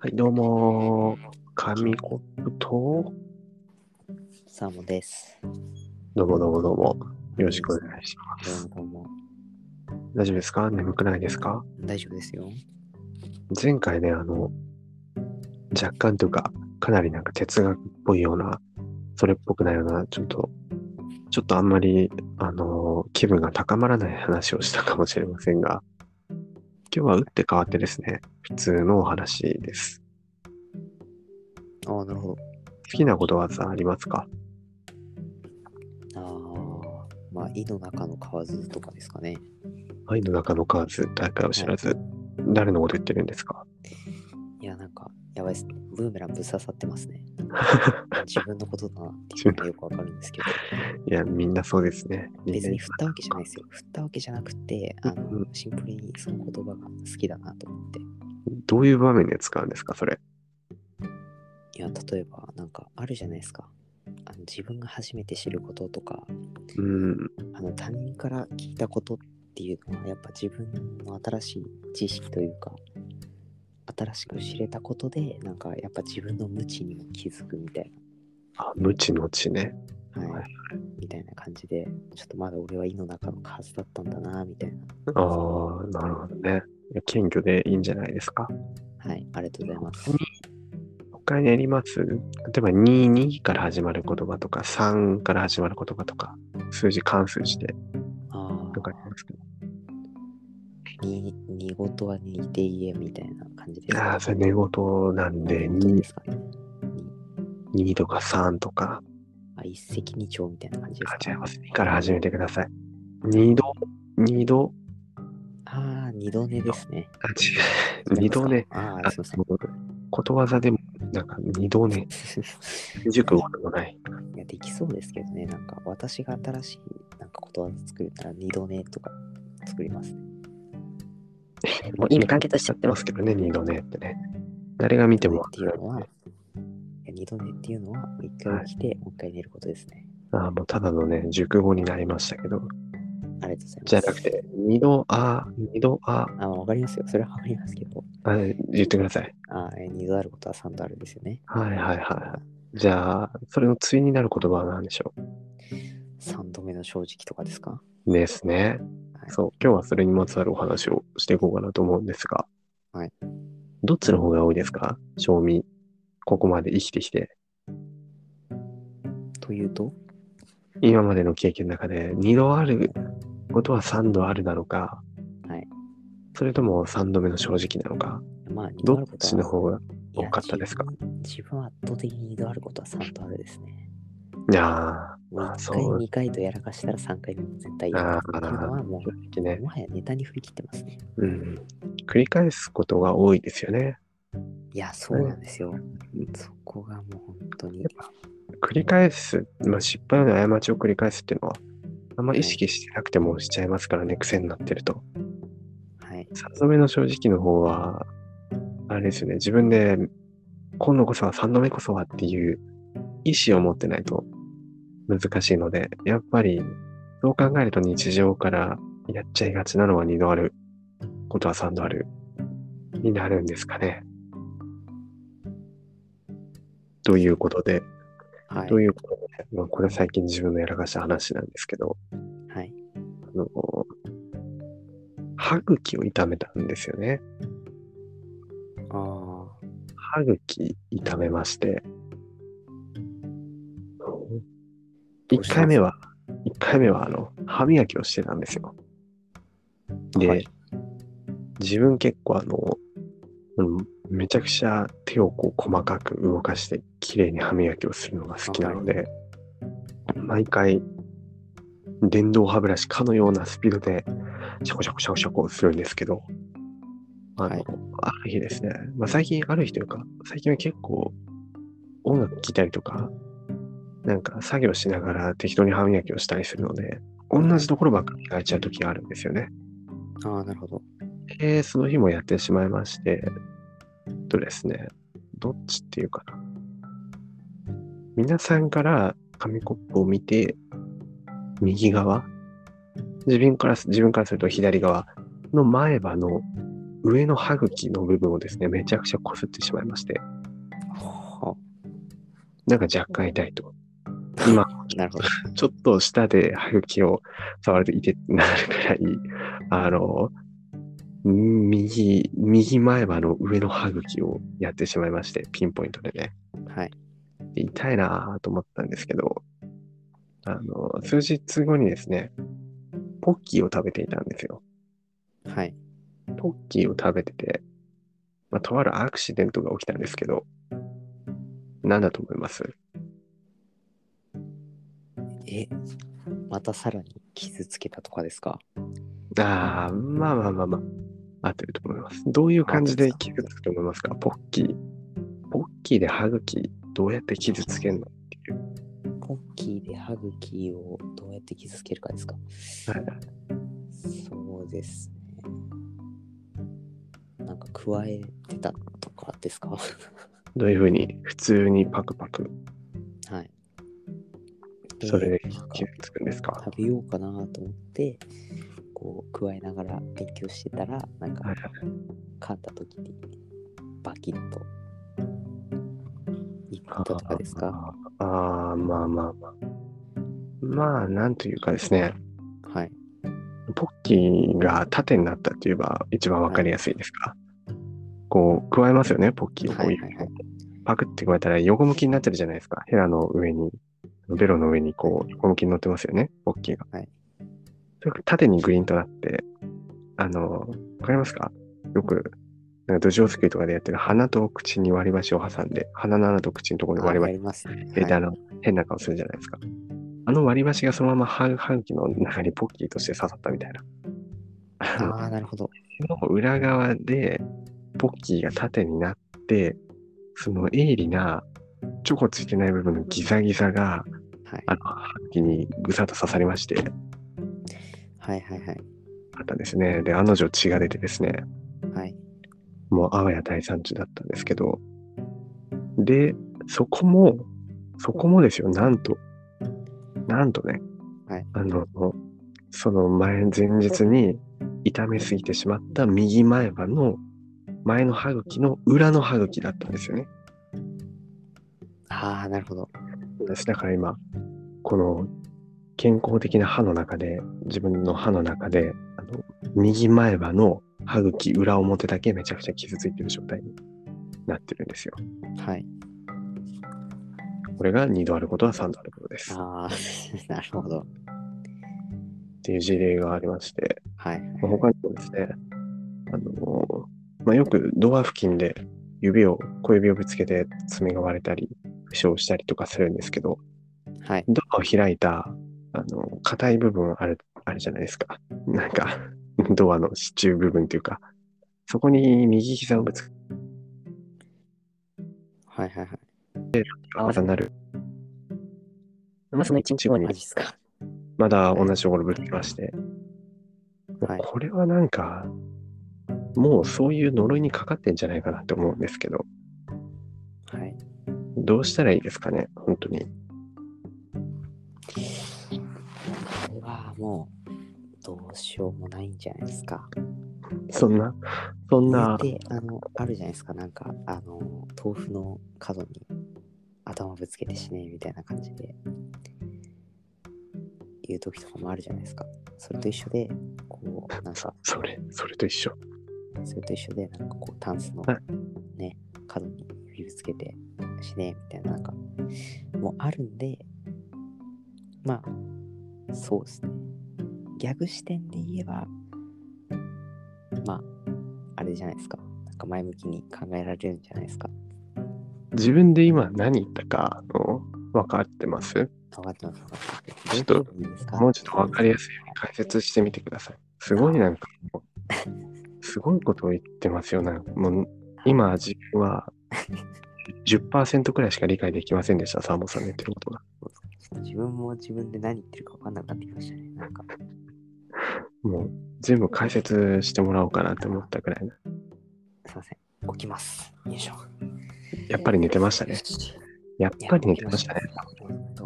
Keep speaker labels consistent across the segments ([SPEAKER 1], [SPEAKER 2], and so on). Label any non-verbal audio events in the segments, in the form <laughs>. [SPEAKER 1] はい、どうもー、紙コップと、
[SPEAKER 2] サーモンです。
[SPEAKER 1] どうもどうもどうも、よろしくお願いしま
[SPEAKER 2] どう
[SPEAKER 1] す。
[SPEAKER 2] もどうも。
[SPEAKER 1] 大丈夫ですか眠くないですか
[SPEAKER 2] 大丈夫ですよ。
[SPEAKER 1] 前回ね、あの、若干というか、かなりなんか哲学っぽいような、それっぽくないような、ちょっと、ちょっとあんまり、あのー気分が高まらない話をしたかもしれませんが、今日は打って変わってですね、普通のお話です。
[SPEAKER 2] ああ、なるほ
[SPEAKER 1] 好きなことわざありますか
[SPEAKER 2] ど。ああ、まあ、井の中の蛙とかですかね。
[SPEAKER 1] 愛の中のカーズ、大会を知らず、誰のこと言ってるんですか
[SPEAKER 2] いや、なんか、やばいっすね。ブーメランぶっ刺さってます <laughs> ね。自分のことだなっていうのがよくわかるんですけど、
[SPEAKER 1] いや、みんなそうですね。
[SPEAKER 2] 別に振ったわけじゃないですよ。振ったわけじゃなくて、あ
[SPEAKER 1] うんう
[SPEAKER 2] の、シンプルにその言葉が好きだなと思って。
[SPEAKER 1] どういう場面で使うんですか、それ。
[SPEAKER 2] いや、例えば、なんか、あるじゃないですか。あの自分が初めて知ることとか、
[SPEAKER 1] うん。
[SPEAKER 2] あの他人から聞いたことっていうのはやっぱ自分の新しい知識というか新しく知れたことでなんかやっぱ自分の無知にも気づくみたい
[SPEAKER 1] あ、無知の知ね。
[SPEAKER 2] な、はい
[SPEAKER 1] はい
[SPEAKER 2] みたいな感じでちょっとまだ俺は胃の中の数だったんだなみたいな
[SPEAKER 1] ああ、なるほどね。いや謙虚でいいんじゃないですか。
[SPEAKER 2] はいありがとうございます
[SPEAKER 1] 他にあります例えば、2、2から始まる言葉とか、3から始まる言葉とか、数字、関数して、
[SPEAKER 2] あ
[SPEAKER 1] なんかありますけど。
[SPEAKER 2] あに煮言は煮て言えみたいな感じで
[SPEAKER 1] い
[SPEAKER 2] す
[SPEAKER 1] やー、それ寝言なんで、
[SPEAKER 2] 本当で
[SPEAKER 1] 2、
[SPEAKER 2] すかねに
[SPEAKER 1] 2とか3とか、
[SPEAKER 2] あ一石二鳥みたいな感じです
[SPEAKER 1] あ
[SPEAKER 2] か
[SPEAKER 1] 違います。2から始めてください。2度、2度、
[SPEAKER 2] ああ二度寝ですね
[SPEAKER 1] あ、違う。2度ね。
[SPEAKER 2] ああ
[SPEAKER 1] あ
[SPEAKER 2] すいません
[SPEAKER 1] もうことわざでも、なんか二度ね、熟語でもない。
[SPEAKER 2] いや、できそうですけどね、なんか私が新しいなんかことわざ作るなら二度寝とか作りますね。
[SPEAKER 1] もう意味完結しちゃってますけどね、二度ねってね。誰が見ても
[SPEAKER 2] 二度寝っていうのは、いや二度寝っていうのは、もう一回起きて、もう一回寝ることですね。
[SPEAKER 1] ああもうただのね、熟語になりましたけど、
[SPEAKER 2] ありがとうございます。
[SPEAKER 1] じゃなく。て、二度あ、二度あ、
[SPEAKER 2] あ、わかりますよ。それはわかりますけど。
[SPEAKER 1] あ言ってください。
[SPEAKER 2] あえ二度あることは三度あるんですよね。
[SPEAKER 1] はいはいはい。じゃあ、それの対になる言葉は何でしょ
[SPEAKER 2] 三度目の正直とかですか
[SPEAKER 1] うですね。
[SPEAKER 2] はい
[SPEAKER 1] そう、今日はそれにまつわるお話をしていこうかなと思うんですが、
[SPEAKER 2] はい。
[SPEAKER 1] どっちの方が多いですか賞味、ここまで生きてきて。
[SPEAKER 2] というと、
[SPEAKER 1] 今までの経験の中で2度あることは3度あるなのか、
[SPEAKER 2] はい
[SPEAKER 1] それとも3度目の正直なのか、
[SPEAKER 2] まあ、二
[SPEAKER 1] ど
[SPEAKER 2] 度あ
[SPEAKER 1] っ
[SPEAKER 2] ることは
[SPEAKER 1] ちの方が、
[SPEAKER 2] いや
[SPEAKER 1] 多かったですか
[SPEAKER 2] 自分自分は圧倒的に二度あることは三度あるですね。
[SPEAKER 1] いや
[SPEAKER 2] もう
[SPEAKER 1] あ
[SPEAKER 2] 1
[SPEAKER 1] そ
[SPEAKER 2] 回、
[SPEAKER 1] う
[SPEAKER 2] 2回とやらかしたら3回目も絶対やるっていうのはもう、
[SPEAKER 1] ー、ね、
[SPEAKER 2] もはやネタに振り切ってますね。
[SPEAKER 1] うん、繰り返すことが多いですよね。
[SPEAKER 2] いや、そうなんですよ。そこがもう本当に。
[SPEAKER 1] 繰り返す、まあ、失敗の過ちを繰り返すっていうのは、あんま意識してなくてもしちゃいますからね、癖になってると。
[SPEAKER 2] はい。
[SPEAKER 1] 3度目の正直の方は、あれですよね、自分で今度こそは3度目こそはっていう意思を持ってないと難しいので、やっぱりそう考えると日常からやっちゃいがちなのは2度あることは3度あるになるんですかね。ということで、
[SPEAKER 2] は
[SPEAKER 1] と
[SPEAKER 2] い。
[SPEAKER 1] いうことで、まあ、これ最近自分のやらかした話なんですけど、
[SPEAKER 2] はい、
[SPEAKER 1] あの、歯茎を痛めたんですよね。
[SPEAKER 2] ああ。
[SPEAKER 1] 歯茎痛めまして、
[SPEAKER 2] どう
[SPEAKER 1] 1
[SPEAKER 2] します
[SPEAKER 1] 回目は、一回目はあの歯磨きをしてたんですよ。で、
[SPEAKER 2] はい
[SPEAKER 1] 自分結構あの、うんめちゃくちゃ手をこう細かく動かして綺麗に歯磨きをするのが好きなので、毎回電動歯ブラシかのようなスピードでシャコシャコシャコシャコするんですけど、あの、
[SPEAKER 2] はい
[SPEAKER 1] ある日ですね、まあ、最近ある日というか、最近は結構音楽聴いたりとか、なんか作業しながら適当に歯磨きをしたりするので、同じところばっかり磨いちゃう時があるんですよね。
[SPEAKER 2] ああ、なるほど。
[SPEAKER 1] で、その日もやってしまいまして、えっとですね、どっちっていうかな。皆さんから紙コップを見て、右側、自分からす自分からすると左側の前歯の上の歯茎の部分をですね、めちゃくちゃ擦ってしまいまして、
[SPEAKER 2] は
[SPEAKER 1] なんか若干痛いと。今、
[SPEAKER 2] あ、なるほど。
[SPEAKER 1] ちょっと下で歯茎を触ると痛ってなるくらい、あの、右、右前歯の上の歯茎をやってしまいまして、ピンポイントでね。
[SPEAKER 2] はい。
[SPEAKER 1] で痛いなぁと思ったんですけど、あの、数日後にですね、ポッキーを食べていたんですよ。
[SPEAKER 2] はい。
[SPEAKER 1] ポッキーを食べてて、まあ、とあるアクシデントが起きたんですけど、何だと思います
[SPEAKER 2] え、またさらに傷つけたとかですか
[SPEAKER 1] ああ、まあまあまあまあ、合ってると思います。どういう感じで傷つくと思いますかポッキー。ポッキーで歯茎、どうやって傷つけるの
[SPEAKER 2] ポッキーで歯茎をどうやって傷つけるかですか
[SPEAKER 1] はい
[SPEAKER 2] そうですね。なんか加えてたとかですか
[SPEAKER 1] どういうふうに普通にパクパク、
[SPEAKER 2] はい。
[SPEAKER 1] それで
[SPEAKER 2] なんか
[SPEAKER 1] 傷つくんですか
[SPEAKER 2] 食べようかなと思って、こう、加えながら勉強してたら、なんか
[SPEAKER 1] はいはい
[SPEAKER 2] 噛んだ時にバキッと。いったとかですか
[SPEAKER 1] あーあー、まあまあまあ。まあ、なんというかですね、
[SPEAKER 2] はい。
[SPEAKER 1] ポッキーが縦になったって言えば一番わかりやすいですか、こう、加えますよね、ポッキーをこう、
[SPEAKER 2] はいいうはいはい
[SPEAKER 1] パクって加えたら横向きになってるじゃないですか。ヘラの上に、ベロの上にこう横向きに乗ってますよね、ポッキーが。
[SPEAKER 2] はい
[SPEAKER 1] それが縦にグリーンとなって、あの、わかりますかよく、なんか土壌すくいとかでやってる鼻と口に割り箸を挟んで、鼻の穴と口のところに割り
[SPEAKER 2] あ
[SPEAKER 1] 箸
[SPEAKER 2] やりますね。
[SPEAKER 1] で、あ
[SPEAKER 2] はい
[SPEAKER 1] の、変な顔するじゃないですか。あの割り箸がそのまま歯歯茎の中にポッキーとして刺さったみたいな。あの
[SPEAKER 2] ああ、なるほど。
[SPEAKER 1] の裏側で、ポッキーが縦になって、その鋭利な、チョコついてない部分のギザギザが、
[SPEAKER 2] はい。
[SPEAKER 1] あの、歯茎にぐさっと刺さりまして、
[SPEAKER 2] はいはいはい。
[SPEAKER 1] あったんですね。で、案の定血が出てですね、
[SPEAKER 2] はい。
[SPEAKER 1] もうあわや大惨事だったんですけど、で、そこも、そこもですよ、なんと、なんとね、
[SPEAKER 2] はい
[SPEAKER 1] あの、その前、前日に痛めすぎてしまった右前歯の前の歯茎の裏の歯茎だったんですよね。
[SPEAKER 2] ああ、なるほど。
[SPEAKER 1] ですだから今、この健康的な歯の中で、自分の歯の中で、あの右前歯の歯茎裏表だけめちゃくちゃ傷ついてる状態になってるんですよ。
[SPEAKER 2] はい。
[SPEAKER 1] これが2度あることは3度あることです。っ
[SPEAKER 2] ああ、 <laughs> なるほど。
[SPEAKER 1] ていう事例がありまして、
[SPEAKER 2] はい。
[SPEAKER 1] まあ他にもですね、あのまあ、よくドア付近で指を、小指をぶつけて爪が割れたり、負傷したりとかするんですけど、
[SPEAKER 2] はい。
[SPEAKER 1] ドアを開いた、あの、硬い部分ある、あるじゃないですか。なんか、 <laughs> ドアの支柱部分というか、そこに右膝をぶつけ
[SPEAKER 2] はいはいはい。
[SPEAKER 1] た技になる。まあ、その1日後に
[SPEAKER 2] マジっすか。
[SPEAKER 1] まだ同じところぶつけまして、
[SPEAKER 2] はい。
[SPEAKER 1] これはなんか、もうそういう呪いにかかってんじゃないかなって思うんですけど、
[SPEAKER 2] はい。
[SPEAKER 1] どうしたらいいですかね、本当に。
[SPEAKER 2] これはもう、どうしようもないんじゃないですか。
[SPEAKER 1] そんな、そんな、
[SPEAKER 2] で、あの、あるじゃないですか。なんか、あの、豆腐の角に頭ぶつけて死ねみたいな感じで、言う時とかもあるじゃないですか。それと一緒で、こう、なんか、
[SPEAKER 1] それ、それと一緒。
[SPEAKER 2] それと一緒で、なんかこう、タンスの
[SPEAKER 1] は
[SPEAKER 2] ね、角に指ぶつけて死ねみたいな、なんか、もうあるんで、まあ、そうですね。ギャグ視点で言えば、まあ、あれじゃないですか。なんか前向きに考えられるんじゃないですか。
[SPEAKER 1] 自分で今何言ったか、あの、分かってます
[SPEAKER 2] 分かってます、分かってます。
[SPEAKER 1] ちょっと
[SPEAKER 2] どういう意味ですか
[SPEAKER 1] もうちょっと分かりやすいように解説してみてください。すごいなんか、もうすごいことを言ってますよ。なんかもう今、自分
[SPEAKER 2] <laughs>
[SPEAKER 1] は10%くらいしか理解できませんでした、サーモンさんの言ってることが。
[SPEAKER 2] ちょっと自分も自分で何言ってるか分かんなくなってきましたね。なんか、
[SPEAKER 1] もう全部解説してもらおうかなって思ったくらいな
[SPEAKER 2] すいません。起きます。よいしょ。
[SPEAKER 1] やっぱり寝てましたね。やっ
[SPEAKER 2] いや
[SPEAKER 1] ぱり寝てましたね。。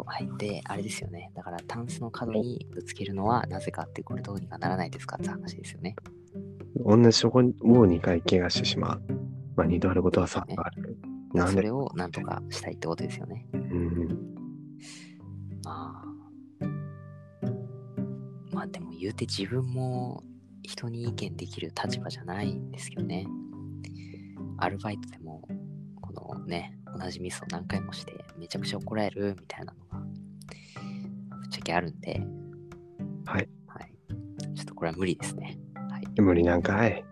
[SPEAKER 2] はい。で、あれですよね。だから、タンスの角にぶつけるのはなぜかって、これどうにかならないですかって話ですよね。
[SPEAKER 1] 同じとこにもう2回怪我してしまう。まあ、2度あることはさっとある。な
[SPEAKER 2] だから
[SPEAKER 1] ん
[SPEAKER 2] そ
[SPEAKER 1] で
[SPEAKER 2] れ、をなんとかしたいってことですよね。
[SPEAKER 1] うん、
[SPEAKER 2] まあ、まあでも言うて自分も人に意見できる立場じゃないんですけどね。アルバイトでも、このね、同じミスを何回もして、めちゃくちゃ怒られるみたいなのが、ぶっちゃけあるんで、
[SPEAKER 1] はい。
[SPEAKER 2] はい。ちょっとこれは無理ですね。はい。
[SPEAKER 1] 無理なんかい。